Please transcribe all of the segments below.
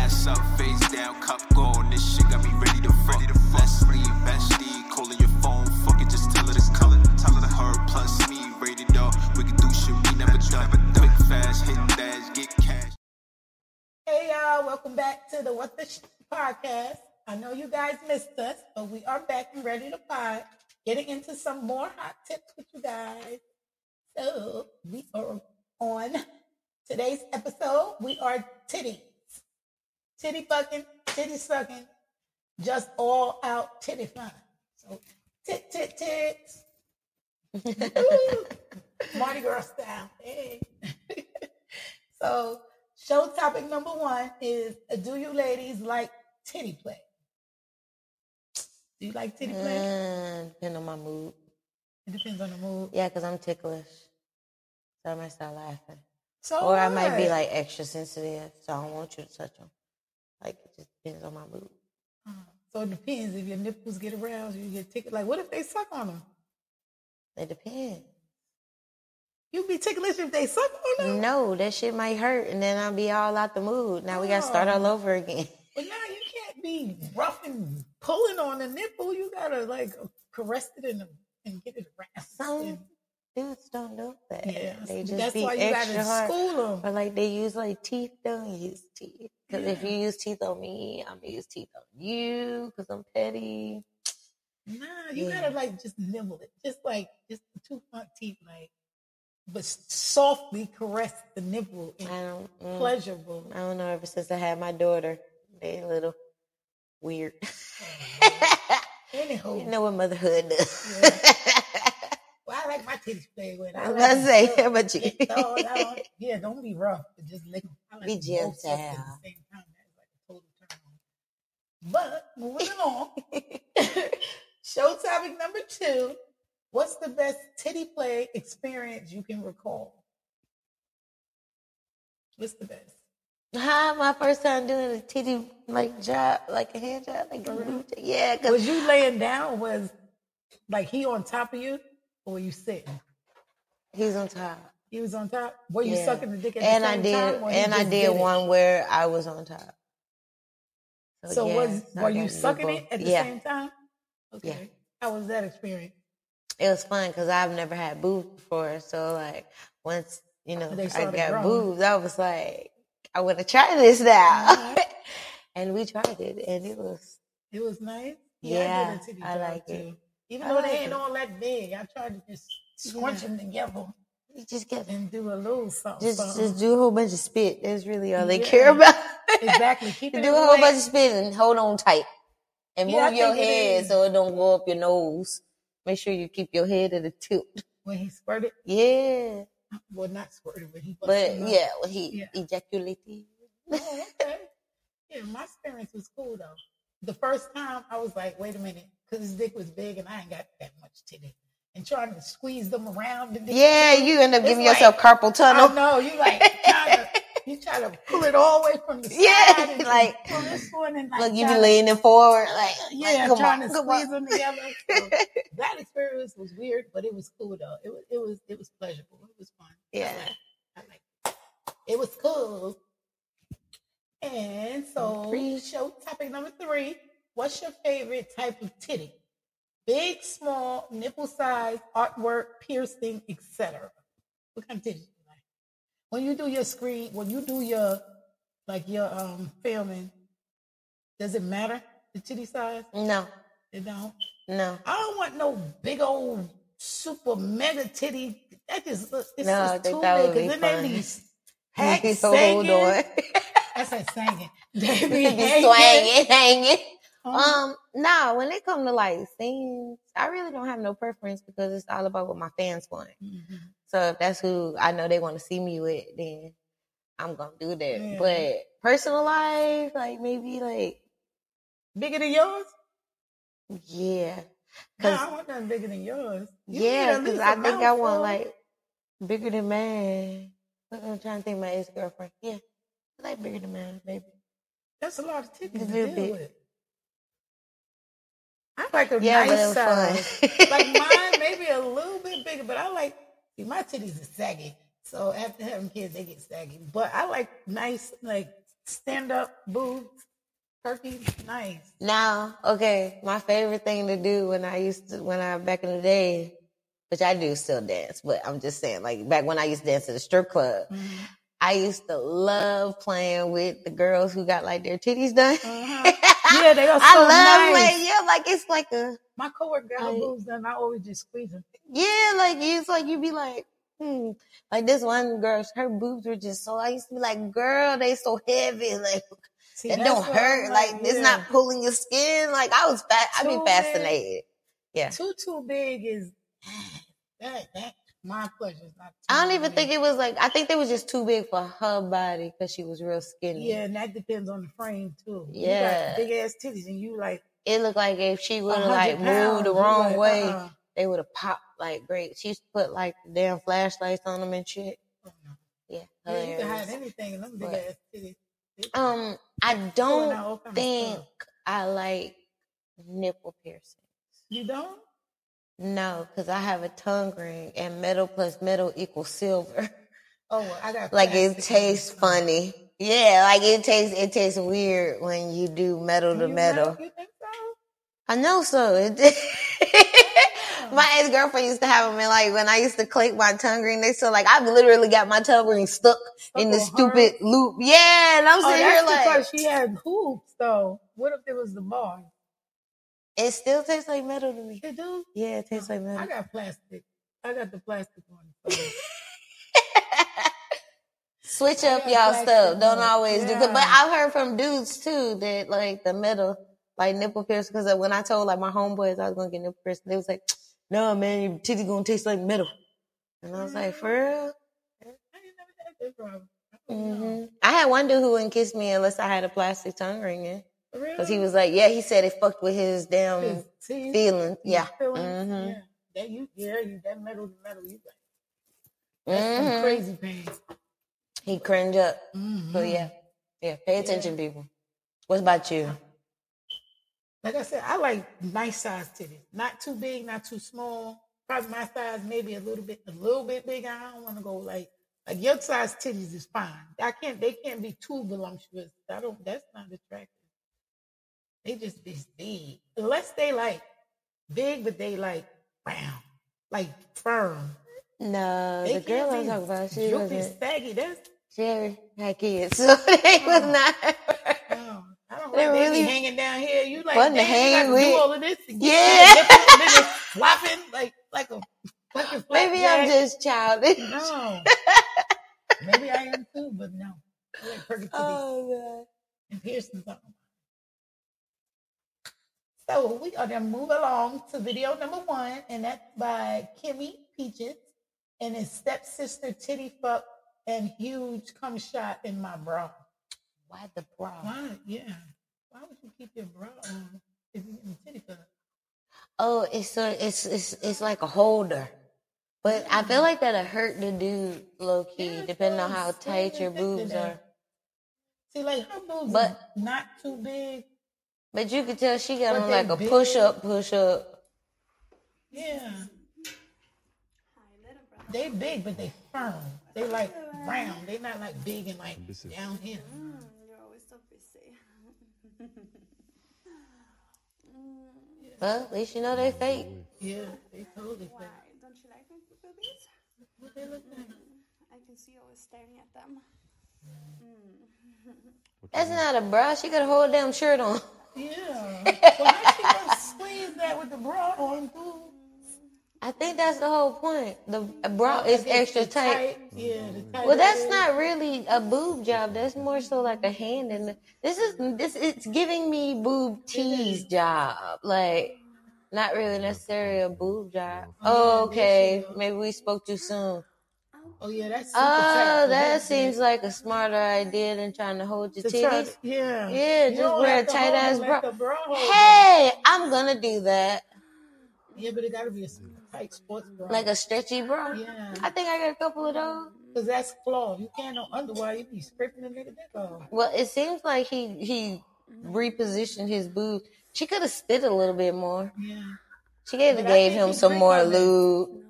Ass up, face down, cup gone. This shit got me ready to fuck. Ready to Bestie, bestie, calling your phone. Fuck it, just tell her this color. Tell her the her plus me, rated up. We can do shit we never done. Quick, fast, hit dash, get cash. Hey y'all, welcome back to the What the Sh- podcast. I know you guys missed us, but we are back and ready to pod, getting into some more hot tips with you guys. So we are on today's episode. We are titties, titty fucking, titty sucking, just all out titty fun. So tit tit tits, Woo! Mardi Gras style. Hey. so show topic number one is: Do you ladies like titty play? Do you like titty play? Uh, depend on my mood. It depends on the mood. Yeah, because I'm ticklish. So I might start laughing. So or I might be what? like extra sensitive, so I don't want you to touch them. Like, it just depends on my mood. Uh, So it depends if your nipples get aroused, you get tickled. Like, what if they suck on them? It depends. You be ticklish if they suck on them. No, that shit might hurt, and then I'll be all out the mood. Now we got to start all Oh. over again. But now you can't be rough and pulling on the nipple. You gotta like caress it in the, and get it aroused. Some And- dudes don't do that. yeah, they just that's be why you extra gotta hard. Uh, school them. Or like they use like teeth. Don't use teeth. Because if you use teeth on me, I'm gonna use teeth on you. Because I'm petty. Nah, you Yeah. gotta like just nibble it, just like just the two front teeth, like but softly caress the nipple I and don't. mm. pleasurable. I don't know. Ever since I had my daughter, they a little weird. Anywho, you know what motherhood does. Well, I like my titties played with. I was like gonna them say, good. how about you? Get thawed out. yeah, don't be rough, but just lick 'em. I like Be them both at the gentle. same time. That's like a total turn on. But moving along, show topic number two: What's the best titty play experience you can recall? What's the best? Hi, my first time doing a titty like job, like a hand job, like a boob job. yeah. Cause Was you laying down? Was like he on top of you, or were you sitting? he's on top. He was on top. Were you Yeah. sucking the dick at and the I same did, time? or he and I just did it? one where I was on top. So Oh, yeah, was I were got you to do sucking both. it at the yeah. same time? Okay. How was that experience? it was fun because I've never had boobs before. So like once you know They I started got growing. boobs, I was like, I want to try this now. Mhm. and we tried it, and it was It was nice. Yeah, did a titty I job, like it. Even I though like they ain't it. all that big, I tried to just scrunch Yeah. them together you just get and do a little something. just something. just do a whole bunch of spit. That's really all they Yeah. care about. exactly. Keep do it a whole away. bunch of spit and hold on tight, and Yeah, I move your think it head is. so it don't go up your nose. Make sure you keep your head at a tilt. when he squirted. Yeah, Well, not squirted, but he. busted but them up. yeah, when he Yeah. ejaculated. Oh, okay. Yeah, my experience was cool though. The first time I was like, wait a minute, because his dick was big and I ain't got that much titty. And trying to squeeze them around. The dick. Yeah, you end up It's giving like- yourself carpal tunnel. I know you like try to, you try to pull it all the way from the side. Yeah, and then like- pull this one and like, Look, you try be to- leaning forward, like yeah, like, come trying on, to come squeeze on. them together. So that experience was weird, but it was cool though. It was it was it was pleasurable. It was fun. I Yeah. liked it. I like it. It was cool. And so, Free. show topic number three. What's your favorite type of titty? Big, small, nipple size, artwork, piercing, etc. What kind of titty? you like? When you do your screen, when you do your like your um filming, does it matter the titty size? No, It don't. no, I don't want no big old super mega titty. That just look. It's No, I just think too that big. would be And then fun. they be hack So hold singing. on, I said singing. They be be hanging. swinging, hanging. Um, Um, no, when it come to like scenes, I really don't have no preference because it's all about what my fans want. mhm. So if that's who I know they want to see me with, then I'm gonna do that. Yeah. But personal life, like maybe like Bigger than yours? yeah, No, because I want nothing bigger than yours. You need Yeah, at least because a I think I want mouthful. like bigger than man. I'm trying to think my ex girlfriend. Yeah, I like bigger than man, baby. that's a lot of titties to Just a deal little bit. with. I like a Yeah, nice size. but it was fun. like mine maybe a little bit bigger, but I like see, my titties are saggy. So after having kids, they get saggy. But I like nice, like stand up boobs, turkey, nice. Now, okay, my favorite thing to do when I used to, when I back in the day, which I do still dance, but I'm just saying, like back when I used to dance at the strip club, Mm-hmm. I used to love playing with the girls who got like their titties done. Uh-huh. Yeah, they are so Mm-hmm. I love nice. playing, yeah, like it's like a, My coworker got her Like- boobs done. I always just squeeze them. yeah, like it's like you be like, hmm, like this one girl, her boobs were just so, I used to be like, girl, they so heavy, like See, it that's don't what I hurt, like it's yeah. not pulling your skin, like I was, fa- I'd be So bad. fascinated. Yeah. too too big is that that my pleasure is not. Too I don't even big. think it was like I think they was just too big for her body because she was real skinny. Yeah, and that depends on the frame too. Yeah. you got big ass titties, and you like It looked like if she would have 100 like moved pounds, the you wrong like, way, uh-uh. they would have popped like great. She used to put like the damn flashlights on them and shit. Yeah. Yeah, you can hilarious. hide anything, and them big But- ass titties. Um, I Pulling out don't all kind of think stuff. I like nipple piercing. you don't. No, because I have a tongue ring and metal plus metal equals silver. Oh, well, I got like it plastic ones. tastes funny. Yeah, like it tastes it tastes weird when you do metal to You metal. like- You think so? I know so. It did. Oh. my ex girlfriend used to have them, and like when I used to click my tongue ring, they still like I've literally got my tongue ring stuck in this on Oh, her? stupid loop. Yeah, and I'm Oh, sitting that's here like because she had hoops though. What if it was the bar? it still tastes like metal to me. You do. Yeah, it tastes like I metal. got plastic. I got the plastic one. so. Switch I up got y'all black stuff. skin. Don't always do. 'cause- But Yeah. I've heard from dudes too that like the metal, like nipple piercing. Because when I told like my homeboys I was gonna get nipple piercing, they was like, "No, man, your titty gonna taste like metal." And I was like, "For I real." ain't never had that problem. I don't know. hmm I had one dude who wouldn't kiss me unless I had a plastic tongue ring in. Really? Because he was like, yeah, he said it fucked with his damn His teeth, feelings. his Yeah. feelings, Mm-hmm. yeah. That you, yeah, you, that metal, to metal, you got that's some hmm crazy pain. He cringe up. Mhm. So yeah. Yeah. Pay attention, people. What about you? Like I said, I like nice size titties, not too big, not too small. Probably my size, maybe a little bit, a little bit bigger. I don't want to go like like your size titties is fine. I can't, they can't be too voluptuous. I don't. That's not attractive. They just be big, unless they like big, but they like round, like firm. No, They the girl can't I'm be Oh. talking about, she droopy, wasn't. saggy. That's She already had kids, so they was not. oh, I don't They want really be really- hanging down here. You like Fun to damn, you hang gotta with. do all of this. to get Yeah. to the nipple, and then it's flopping like like a fucking Maybe I'm flapjack. just childish. no. Maybe I am too, but no. I like perfect titties Oh, and piercings on. So we are gonna move along to video number one, and that's by Kimmy Peaches, and it's stepsister titty fuck and huge cum shot in my bra. God. Why the bra? Why? Yeah. Why would you keep your bra on if you're getting titty filler? Oh, it's a, it's it's it's like a holder. But I feel like that'll hurt the dude low key, Mm. Yeah, that's depending what on I'm how saying. tight your Think of boobs that. are. See, like her boobs But- are not too big. But you could tell she got But on they like a big. push up, push up. Yeah. They big, but they firm. They like round. They not like big and like down here. You're always so busy. Well, at least you know they fake. Yeah, they totally big. Why? Don't you like my boobies? What they look like? I can see you always staring at them. That's not a bra. She got a whole damn shirt on. Yeah. So how she gonna squeeze that with the bra on, boo? I think that's the whole point. The bra is extra tight. Yeah, the tight. Well, that's not really a boob job. That's more so like a hand. And this is this. It's giving me boob tease job. Like, not really necessarily a boob job. Oh, okay. Maybe we spoke too soon. Oh yeah, that's. super tight. Oh, that seems like a smarter idea than trying to hold your The tight- titties. Yeah. Yeah, You just don't wear a have to tight hold ass it, let bra. the bra hold it. Hey, I'm gonna do that. Yeah, but it gotta be a s- tight sports bra. Like a stretchy bra. Yeah. I think I got a couple of those. Cause that's flaw. You can't no underwear. You be stripping the nigga dick off. Well, it seems like he he repositioned his boob. She could have spit a little bit more. Yeah. She gave, But I gave think him he some drink more on it. lube. No hands.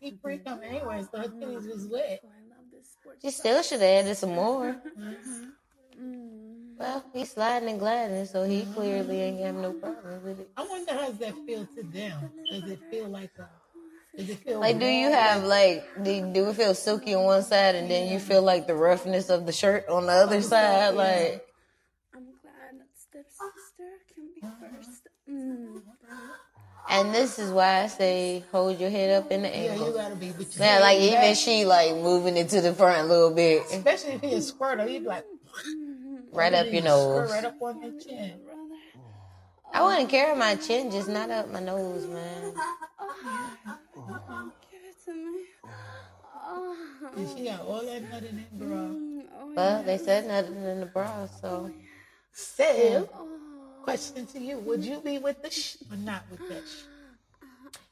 He pre cum anyway, so his titties was wet. Oh, I love this sport. She still should have added some more. Mhm. Well, he's sliding and gliding, so he clearly ain't have no problem with it. I wonder how does that feel to them? Does it feel like a? Does it feel Like, do you have like do, do it feel silky on one side, and then you feel like the roughness of the shirt on the Oh, other side? Like, I'm glad that stepsister can be first. Mm. and this is why I say hold your head up in the Yeah, you angle. gotta be. But you Yeah, like gotta be even back. she like moving it to the front a little bit, especially if he's squirtle, he'd be like right up your squirt nose. right up on your chin. Brother. I wouldn't care my chin, just not up my nose, man. Give it to me. Oh. And she got all that nut in that bra. Mm, oh, Well, they said nothing in the bra, so Seb, oh. question to you: Would you be with the sh or not with that sh?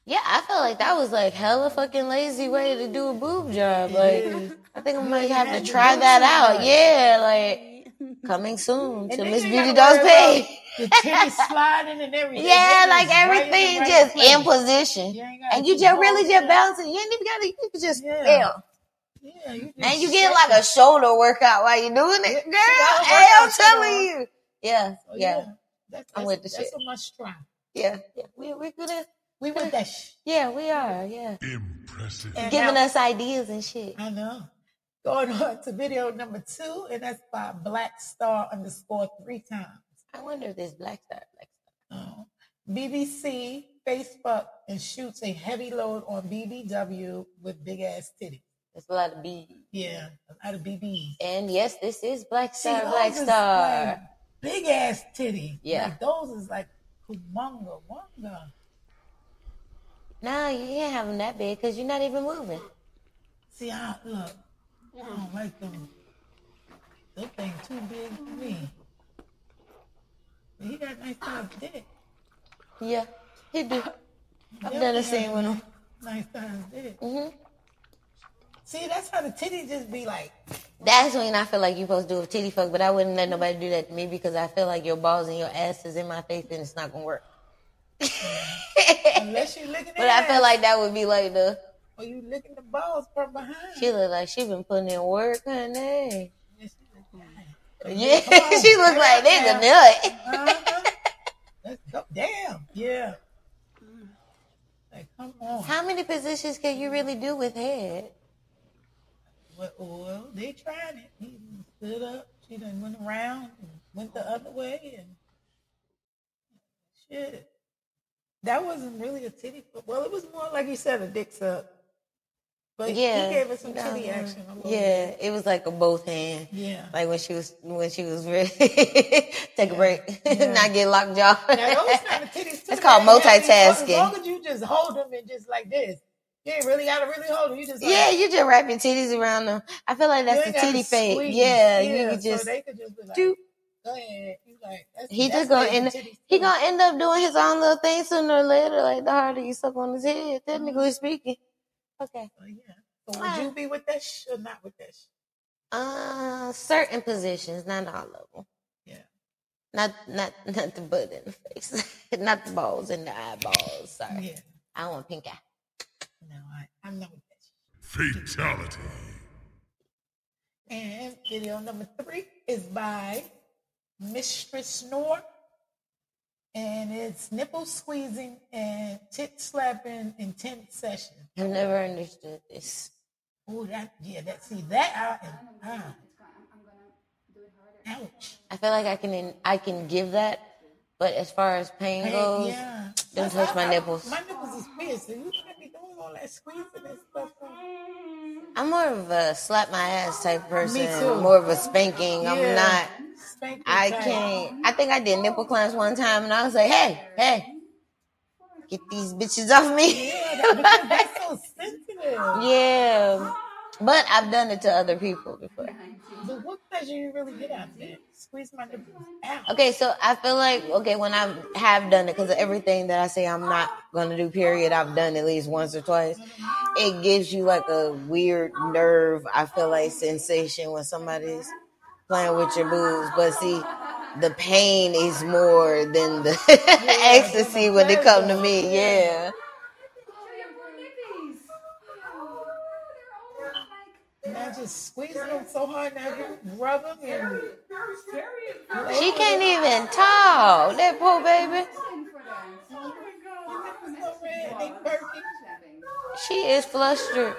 yeah, I felt like that was like hella fucking lazy way to do a boob job. Like, I think I might have to try that out. Yeah, like coming soon to then Miss you ain't Beauty Dolls gotta worry page. The titty sliding and everything. Yeah, They like just right in the everything right just place. in position, You ain't gotta and you keep just really going just in. bouncing. You ain't even gotta. You can just Yeah. feel. Yeah, you just And you get like a shoulder workout while you're doing it, girl. gotta Hey, work I'm out, telling you you. Yeah, Oh, yeah, That's, I'm that's- with the That's shit. a must try. yeah, yeah. We we good at We with that sh. yeah, we are, yeah. Impressive. And Giving now- us ideas and shit. I know. Going on to video number two, and that's by Black Star underscore three times. I wonder if this black star like Oh. BBC, Facebook, and shoots a heavy load on BBW with big ass titty. there's a lot of B. Yeah, out of BBs. And yes, this is Black See, Star, those Black is, like, Star. big ass titty. Yeah. Like, those is like humonga, wonga. No, you can't have them that big because you're not even moving. See, I look. I don't like them. Them thing too big for me. He got nice size dick. Yeah, he do. I've Them done the thing same with him. Nice size dick. Mm-hmm. See, that's how the titty just be like. That's when I feel like you're supposed to do a titty fuck, but I wouldn't let nobody do that to me because I feel like your balls and your ass is in my face and it's not gonna work. Unless you looking at But I feel ass like that would be like the or you licking the balls from behind. she look like she been putting in work, honey. Yes, you look like that. Yeah, she look like there's a nut. Uh-huh. Let's go. Damn. Yeah. Like, come on. How many positions can you really do with head? Well, well, they tried it. He done stood up. She done went around and went the other way and shit. That wasn't really a titty. But, well, it was more like you said a dick suck. But Yeah, he gave us some that titty was- action. A little Yeah, bit. it was like a both hand. Yeah. Like when she was when she was ready take a break, not get locked jaw. Now, those kind of titties too, It's called man, you have to- multitasking. As long as you just hold them and just like this, you ain't really gotta really hold them. You just like, Yeah, you just wrap your titties around them. I feel like you that's ain't the gotta titty fade. squeeze. Yeah, you yeah. could just so they could just be like, do. go ahead. He's like, that's, He that's just gonna making end. titties He too. gonna end up doing his own little thing sooner or later. Like the harder you suck on his head, technically speaking. Okay. Oh, yeah. So Ah. would you be with that sh- or not with that sh- Uh, certain positions, not all of them. Yeah. Not not not the butt in the face, not the balls in the eyeballs. Sorry, Yeah. I don't want pink eye. No, I, I'm not with that sh- Fatality. And video number three is by Mistress Snore. And it's nipple squeezing and tit slapping intense session. I've never understood this. Oh, that, yeah, that, see, that I am. I, ouch. I feel like I can I can give that, but as far as pain, Hey, goes, yeah. don't touch my nipples. My nipples is pierced, so you can't be doing all that squeezing and stuff. I'm more of a slap my ass type person. too. More of a spanking. Yeah. I'm not. Spank your I tail. can't. I think I did nipple clamps one time, and I was like, "Hey, hey, get these bitches off me." Yeah, that, because that's so sensitive. yeah, but I've done it to other people before. But what pleasure you really get out there? Squeeze my nipples out. Okay, so I feel like okay when I have done it because everything that I say I'm not gonna do, period, I've done at least once or twice. It gives you like a weird nerve. I feel like sensation when somebody's playing with your boobs, but see, the pain is more than the ecstasy when they come to me. Yeah, Now just squeeze them dancing so hard now, you rub 'em and She can't even talk. That poor baby. so red, they perky. She is flustered.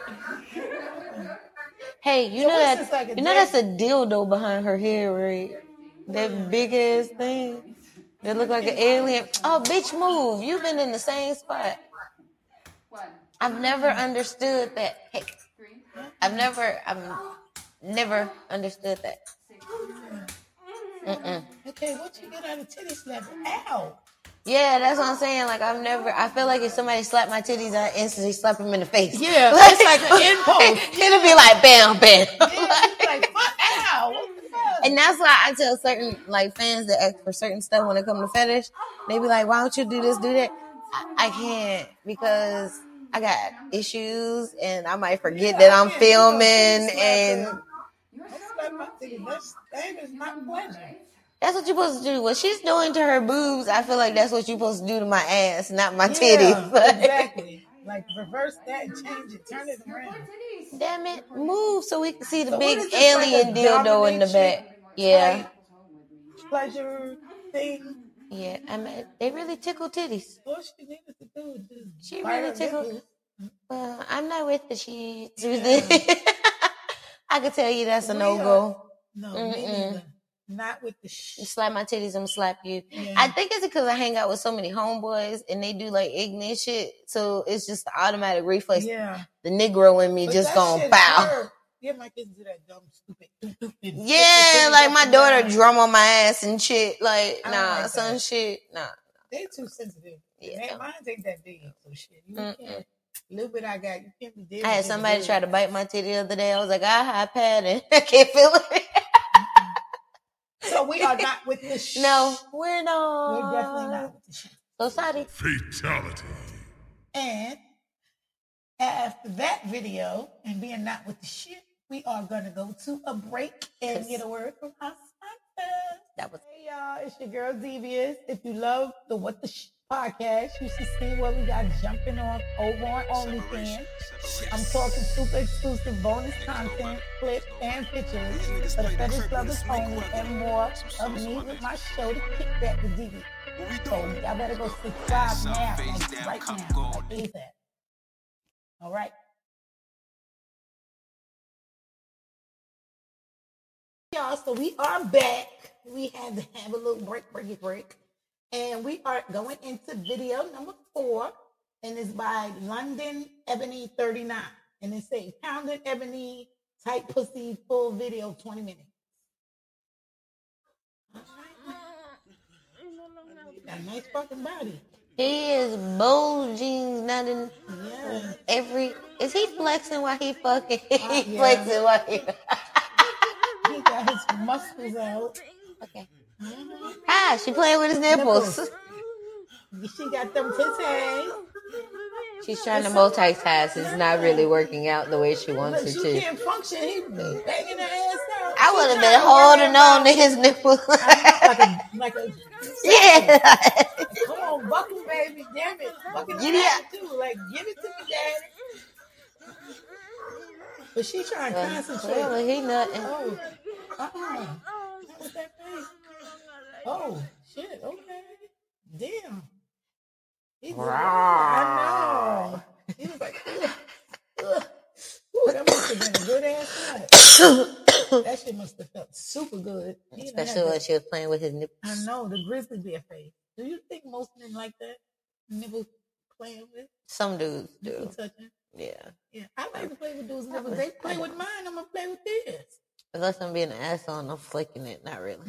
Hey, you know what's that this, like a you know dress? that's a dildo behind her head, right? That big ass thing. That look like an alien. Oh, bitch, move. You've been in the same spot. I've never understood that. Hey, I've never, I've never understood that. Okay, what you get out of titty slapping? Ow! Yeah, that's what I'm saying. Like I've never. I feel like if somebody slapped my titties, I instantly slap them in the face. Yeah, it's like an impulse. It'll be like bam, bam. Yeah, it's like, fuck, ow! What the fuck? and that's why I tell certain like fans that ask for certain stuff when it come to fetish, they be like, "Why don't you do this, do that?" I, I can't because I got issues, and I might forget that I'm filming, and Slap my titty. That's- That is not pleasant. that's what you're supposed to do. What she's doing to her boobs, I feel like that's what you're supposed to do to my ass, not my titties. Yeah, Like, exactly. Like reverse that, change it, turn it around. Damn it, move so we can see the So big what is this, like a alien dildo in the domination? back. Yeah, Pleasure thing. yeah. I mean, they really tickle titties. All she needed to do was just She bite really her tickled. nipples. Well, I'm not with the cheese. I could tell you that's a no go. No, me neither. Not with the sh. You slap my titties, I'm slap you. I think it's because I hang out with so many homeboys and they do like ignorant shit. So it's just the automatic reflex. Yeah. The Negro in me But just that gonna shit bow. hurt. Yeah, my kids do that dumb, stupid. stupid, stupid Yeah, shit like my that daughter they do. drum on my ass and shit. Like, I don't nah, like some that. shit. Nah. They too sensitive. Yeah. Yeah. Mine ain't that big, so shit. You Mm-mm. can't. Little bit I got, you can't be dead. I had somebody try to bite my titty the other day. I was like, I high pad and I can't feel it. So we are not with the sh. No, we're not. We're definitely not with the sh. So sorry. Fatality. And after that video and being not with the shit, we are gonna go to a break and get a word from our sponsors. That was Hey y'all, it's your girl Devious. If you love the What the Sh podcast, you should see what we got jumping on over on OnlyFans. I'm talking super exclusive bonus content, clips, and pictures for the fetish lovers only, and more of me with my show, The Kickback with Devious. So y'all better go subscribe now, like, right now, like ASAP. All right. Y'all, so we are back. We had to have a little break, breaky break. And we are going into video number four, and it's by London Ebony 39. And it says Pounded Ebony, Tight Pussy, full video, 20 minutes. All right. You got a nice fucking body. He is bold jeans, not in Yeah. every. Is he flexing while he fucking? he Oh, yeah. flexing while he. He got his muscles out. Okay. Ah, she playing with his nipples. Nipples. She got them tits hang. She's trying to multitask. It's not really working out the way she Look, wants it she to. can't function. He banging her ass out. I She would have trying to worry been holding on about- to his nipples. I know, like a, like a, yeah. come on, buckle, baby, damn it, fucking Give give me it too. Like, give it to me, daddy. But she trying to concentrate. Clearly, he nothing. Oh, uh-uh. Not with that face. Oh, shit. Okay. Damn. He just, I know. He was like, ugh, ugh. Ooh, that must have been a good ass nut. that shit must have felt super good. He done had Especially that- when she was playing with his nipples. I know the grizzly bear face. Do you think most men like that? Nibble playing with, Some dudes nibble do. touching. Yeah. Yeah, I like to play with dudes' nipples. They play with mine. I'm gonna play with theirs. Unless I'm being an asshole and I'm flicking it. Not really.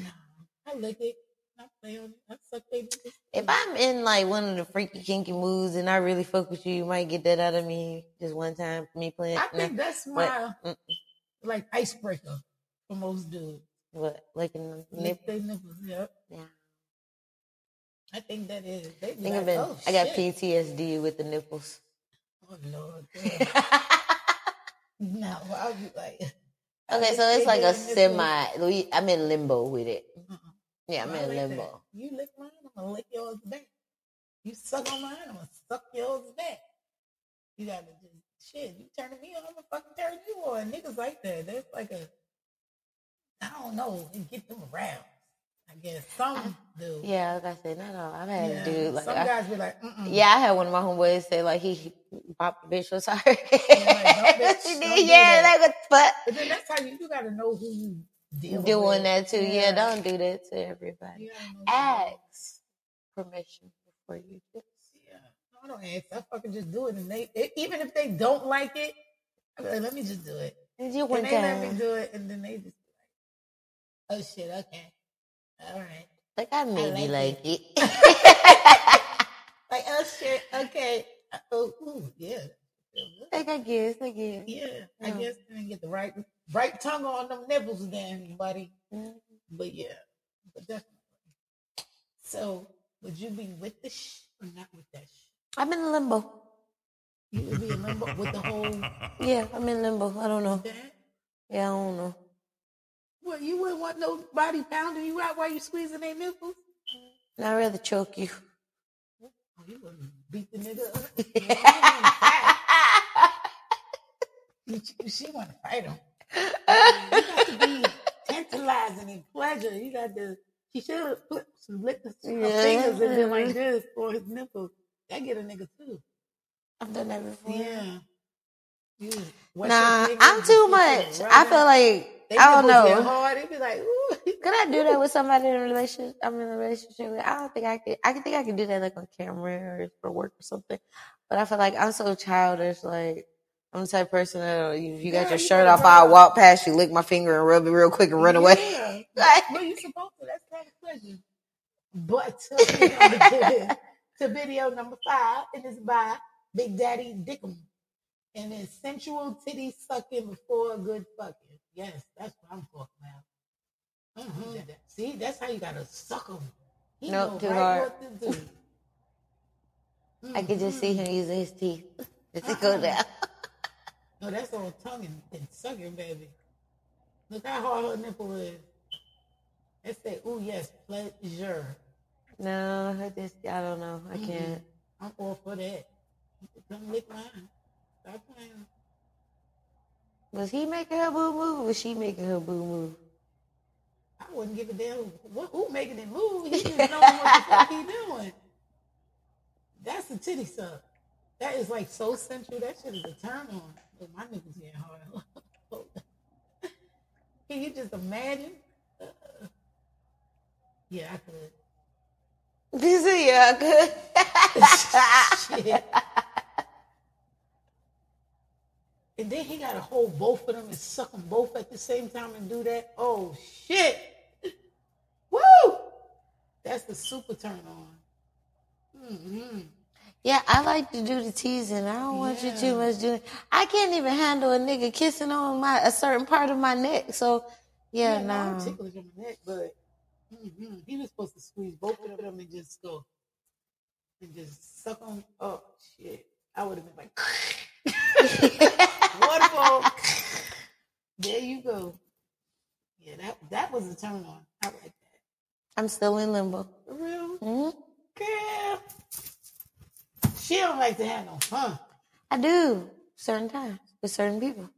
I lick it. I play on it. I suck their nipples. If I'm in like one of the freaky kinky moods and I really fuck with you, you might get that out of me just one time. Me playing. I think that's Nah. my What? Mm, like icebreaker for most dudes. What? Licking the Lick nip. their nipples. Yep. Yeah. I think that is. They I be think like, I've been. oh, I got shit. PTSD with the nipples. Oh Lord. girl. no, I'll be like. I Okay, lick so it's they like a damn nipples. semi. we- I'm in limbo with it. Uh-uh. Yeah, I'm I like in that. limbo. You lick mine, I'm gonna lick yours back. You suck on mine, I'm gonna suck yours back. You gotta just shit. You turning me on, I'm gonna fucking turn you on. Niggas like that. That's like a I don't know. They get them rounds. I guess some do. Yeah, like I said, not all. I've had Yeah. a dude like some I- guys be like, Mm-mm. Yeah, I had one of my homeboys say like he he bopped the bitch was her. like, "Don't, bitch, She don't did, do yeah, that." like what the fuck? But then that's how you, you got to know who you deal Doing with. that too. Yeah. Yeah. don't do that to everybody. You gotta know who you- Ask permission before you do. Yeah. No, I don't ask. I fucking just do it, and they, they even if they don't like it, I'm like, let me just do it. Did you And one they let me time? do it, and then they just be like, oh shit, okay, all right. Like I maybe like like it. Like oh shit, okay. Uh, Oh ooh, yeah, like I guess, I guess. yeah. I No. guess I didn't get the right right tongue on them nipples, then, buddy. But yeah, but definitely. So, would you be with the sh or not with that sh? I'm in limbo. You would be in limbo with the whole Yeah, I'm in limbo. I don't know. that. Yeah, I don't know. Well, you wouldn't want nobody pounding you out while you squeezing their nipples. And I'd rather choke you. Oh, you wouldn't beat the nigga up. You- you- she want to fight him. You got to be tantalizing and pleasure. You got to. She should have put some lick her Yeah. fingers and been like this for his nipples. That get a nigga too. I've done that before. Yeah. You wet your Nah, fingers I'm and too put much. it right I up. feel like They I don't nipples get know. Hard. They be like, ooh. Could I do that with somebody in a relationship? I'm in a relationship with. I don't think I could. I could think I could do that like on camera or for work or something. But I feel like I'm so childish. Like I'm the type of person that oh, you, you got Yeah, your you shirt gotta off, rub it I'll off. walk past you, lick my finger, and rub it real quick and run away. Yeah. Like- well, you supposed to. That's not a pleasure. But to video number, to video number five, and it's by Big Daddy Dickum. And it's sensual titty sucking before a good fucking. Yes, that's what I'm talking about. Mhm. See, that's how you gotta suck him. He Nope, know Mm-hmm. too right hard. what to do. I could just see him using his teeth. Does it go down? No, that's all tongue and, and sucking, baby. Look how hard her nipple is. They say, ooh, yes, pleasure. No, I just I don't know. I can't. I'm all for that. Come lick mine. Stop playing. Was he making her boo move? Or was she making her boo move? I wouldn't give a damn what, who making it move. He just knowing what the fuck he doing. That's a titty suck. That is like so sensual. That shit is a turn on. Look, my niggas getting hard. Can you just imagine? Uh, yeah, I could. This is yeah good. Shit. And then he got to hold both of them and suck them both at the same time and do that. Oh, shit. Woo! That's the super turn on. Yeah, I like to do the teasing. I don't want you too much doing. I can't even handle a nigga kissing on my a certain part of my neck. So yeah, Yeah, no, no. I'm ticklish in my neck, but mhm, he was supposed to squeeze both of them and just go and just suck them. Oh shit! I would have been like, wonderful. there you go. Yeah, that that was a turn on. I like that. I'm still in limbo. For real Mhm. girl. She don't like to have no fun. I do certain times with certain people.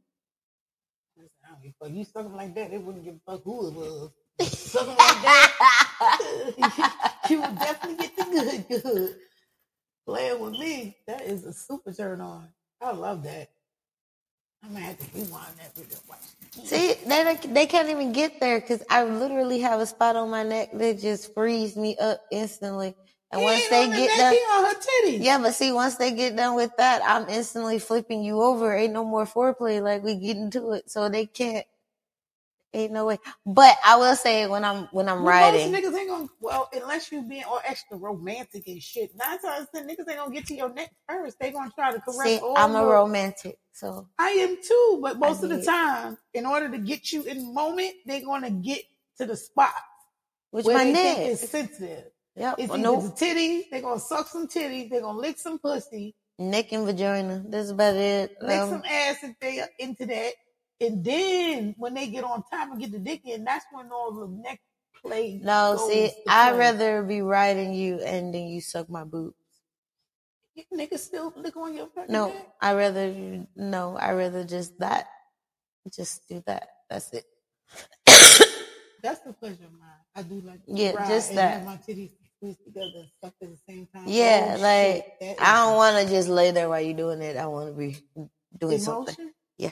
Listen, I don't give a fuck. You suck 'em like that, they wouldn't give a fuck who it was. Suck 'em like that, you would definitely get the good, good. Playing with me, that is a super turn on. I love that. I'm gonna have to rewind that video. and Watch. it again. See, they don't- they can't even get there because I literally have a spot on my neck that just frees me up instantly. And He once ain't they on the get neck, done, he on her titty. Yeah, but see, once they get done with that, I'm instantly flipping you over. Ain't no more foreplay. Like we get into it, so they can't. Ain't no way. But I will say when I'm when I'm Well, riding, Most niggas ain't gonna well, unless you being all extra romantic and shit. Nine times ten niggas ain't gonna get to your neck first. They gonna try to correct. see, all I'm a your- romantic, so I am too, but most of the did. time, in order to get you in the moment, they're gonna get to the spot which where my they neck. think is sensitive. Yep. It's well, either no the titty, they're gonna suck some titty, they're gonna lick some pussy, neck and vagina. That's about it. lick Um, some ass if they are into that. And then when they get on top and get the dick in, that's when all the neck play. no, goes see, to I'd play. rather be riding you and then you suck my boob. You niggas still lick on your fucking No, neck? I rather you- no, I rather just that, just do that. That's it. That's the pleasure of mine. I do like to Yeah, cry just and have that. my titties squeezed together and stuck at the same time. Yeah, Oh, like shit, that I is don't want to just lay there while you're doing it. I want to be doing something. emotion. Yeah.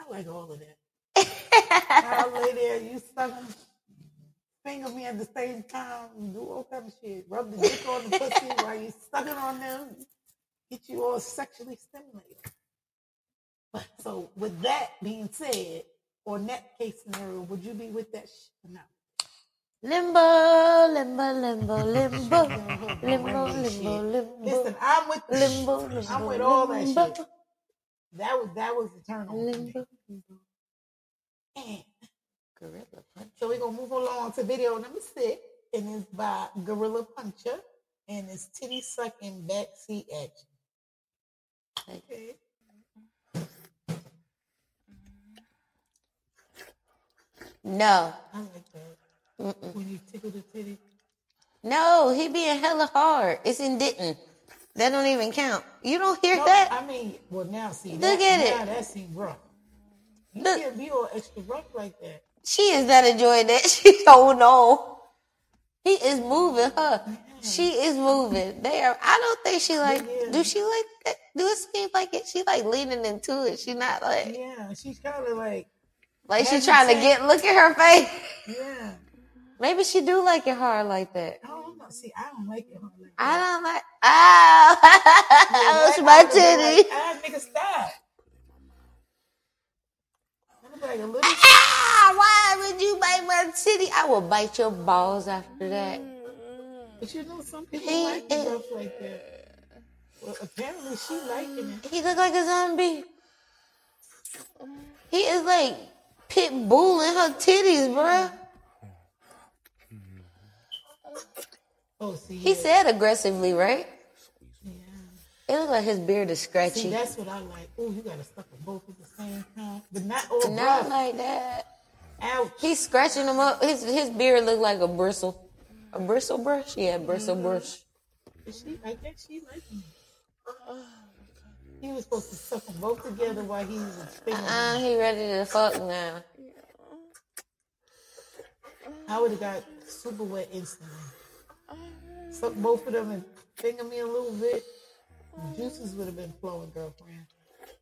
I like all of that. I lay there, you suck, finger me at the same time, do all kind of shit. Rub the dick on the pussy while you sucking on them, get you all sexually stimulated. But so, with that being said, or in that case scenario, would you be with that shit or not? limbo, limbo, limbo, limbo, Limbo, limbo, limbo limbo, shit. limbo, Listen, I'm with the shit. limbo, limbo. I'm with all that limbo. shit. That was that was the turn on. for me. Limbo. And Gorilla punch. So we're gonna move along to video number six, and it's by Gorilla Puncher, and it's titty sucking backseat action. Okay. No, I like that. When you tickle the titty. no, he being hella hard. It's in Denton. That don't even count. You don't hear No, that? I mean, well now see Look that, at it. now that seemed rough. You Look. can't be all extra rough like that. She is not enjoying that. She don't know. He is moving her. She is moving. They are. I don't think she like. Yeah. Do she like that? Do it seem like it? She like leaning into it. She not like Yeah, she's kinda like, like she Hesitant. trying to get. Look at her face. yeah. Maybe she do like it hard like that. I don't know. See, I don't like it. when I'm Like I don't like. Ah, that was my titty. I nigga stop. I'm like a little Ah, why would you bite my titty? I will bite your balls after that. But you know, some people He like is- stuff like that. Well, apparently she liking it. He look like a zombie. He is like pit bulling her titties, bruh. Oh, see, He yeah. said aggressively, right? It look like his beard is see, scratchy. that's what I like. Oh, you gotta suck them both at the same time, but not all Not rough. like that. Ouch. He's scratching them up. His his beard look like a bristle, a bristle brush. Yeah, bristle Mm-hmm. brush. But she, I think she liking it. He was supposed to suck them both together while he was fingering. them. Uh, he ready to fuck now. I would have got super wet instantly. Suck both of them and finger me a little bit. Juices would have been flowing, girlfriend.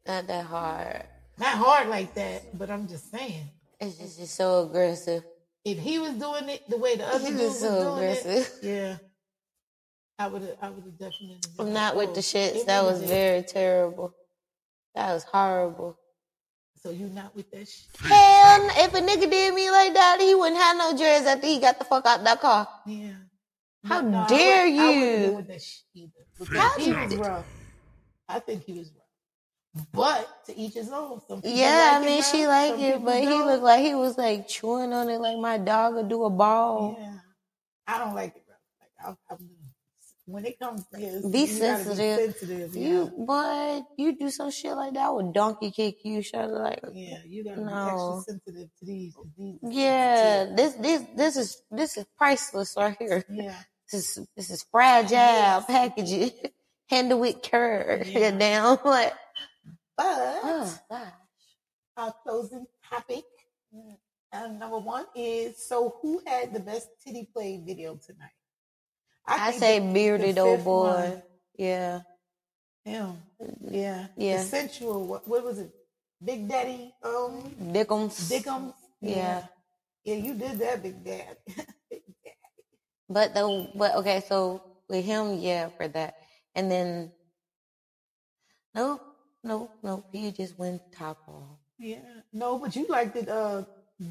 Not that hard. Not hard like that, but I'm just saying. It's just, just so aggressive. if he was doing it the way the other He dude was was so doing aggressive. it, yeah, I would have, I would have definitely. been I'm not with the like, "Oh, shits. it That really was did." very terrible. That was horrible. So you not with that shit? Hell, n- if a nigga did me like that, he wouldn't have no dreads after he got the fuck out that car. Yeah. How No, I dare wouldn't- I wouldn't you? been with that shit either. Because How he was dare- rough. I think he was rough. But to each his own. Some people Yeah, like I it mean, rough, she liked some it, people but he don't. looked like he was like chewing on it like my dog would do a ball. Yeah, I don't like it rough. Like I'm, I'm when it comes to this, Be you gotta sensitive. Be sensitive. You, but you do some shit like that, I would donkey kick you. Shut like, yeah, yeah, you gotta No. be extra sensitive to these. to these yeah, this, this, this is this is priceless right here. Yeah. This is this is fragile packaging, handle with care. Yeah. Down like, But oh, God. our closing topic, um, number one is so who had the best titty play video tonight? I think say the- the bearded old fifth boy. one, Yeah. him. Yeah. Yeah. The sensual. What, what was it? Big Daddy. Um. Dickums. Dickums. Yeah. Yeah, you did that, Big Daddy. Big Daddy. But though, but okay, so with him, yeah, for that, and then no, no, no, he just went top off. yeah. No, but you liked it. Uh,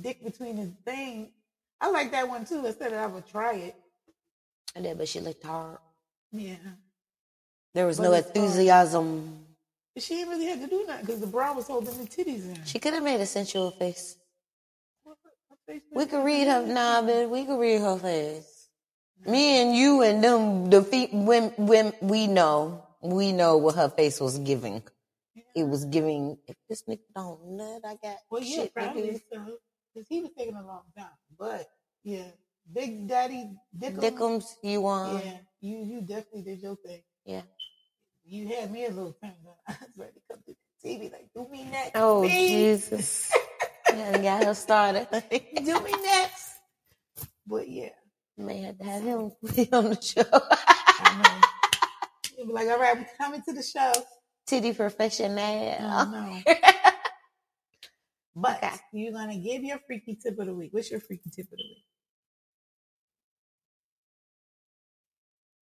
dick between his thing. I like that one too. I said that I would try it. I did, but she looked hard. Yeah. There was But no it's hard. enthusiasm. She ain't really had to do nothing because the bra was holding the titties in. She could have made a sensual face. Her face We could read her, nah, but we could read her face. Me and you and them, the feet, when, when we know, we know what her face was giving. It was giving. If this nigga don't nut, I got Well, yeah, shit to do. probably so. Because he was taking a long time. But, yeah, Big Daddy Dickum. Dickums, you want? Yeah, you, you definitely did your thing. yeah. You had me a little time. but I was ready to come to the TV. Like, do me next. Oh please. Jesus. and got her started. Do me next. But yeah, May have to have him be on the show. I know. You'll be like, all right, we're coming to the show. Titty professional. Oh, no. But you're gonna give your freaky tip of the week. What's your freaky tip of the week?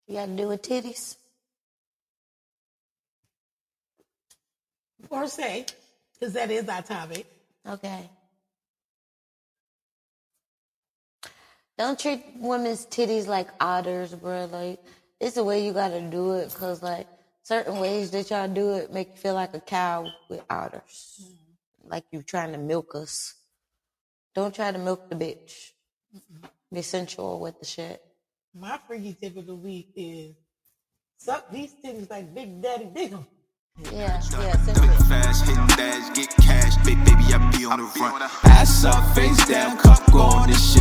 You got to do with titties. Or say, because that is our topic. Okay. Don't treat women's titties like otters, bro. Like it's the way you gotta do it, cause like certain ways that y'all do it make you feel like a cow with otters, like you trying to milk us. Don't try to milk the bitch. Be sensual with the shit. My freaky tip of the week is suck these titties like Big Daddy Diggum. Yeah, yeah, Click sensual. fast, hit dash, get cash, ba- baby, I be on the run. Ass up, face down, cup going, this shit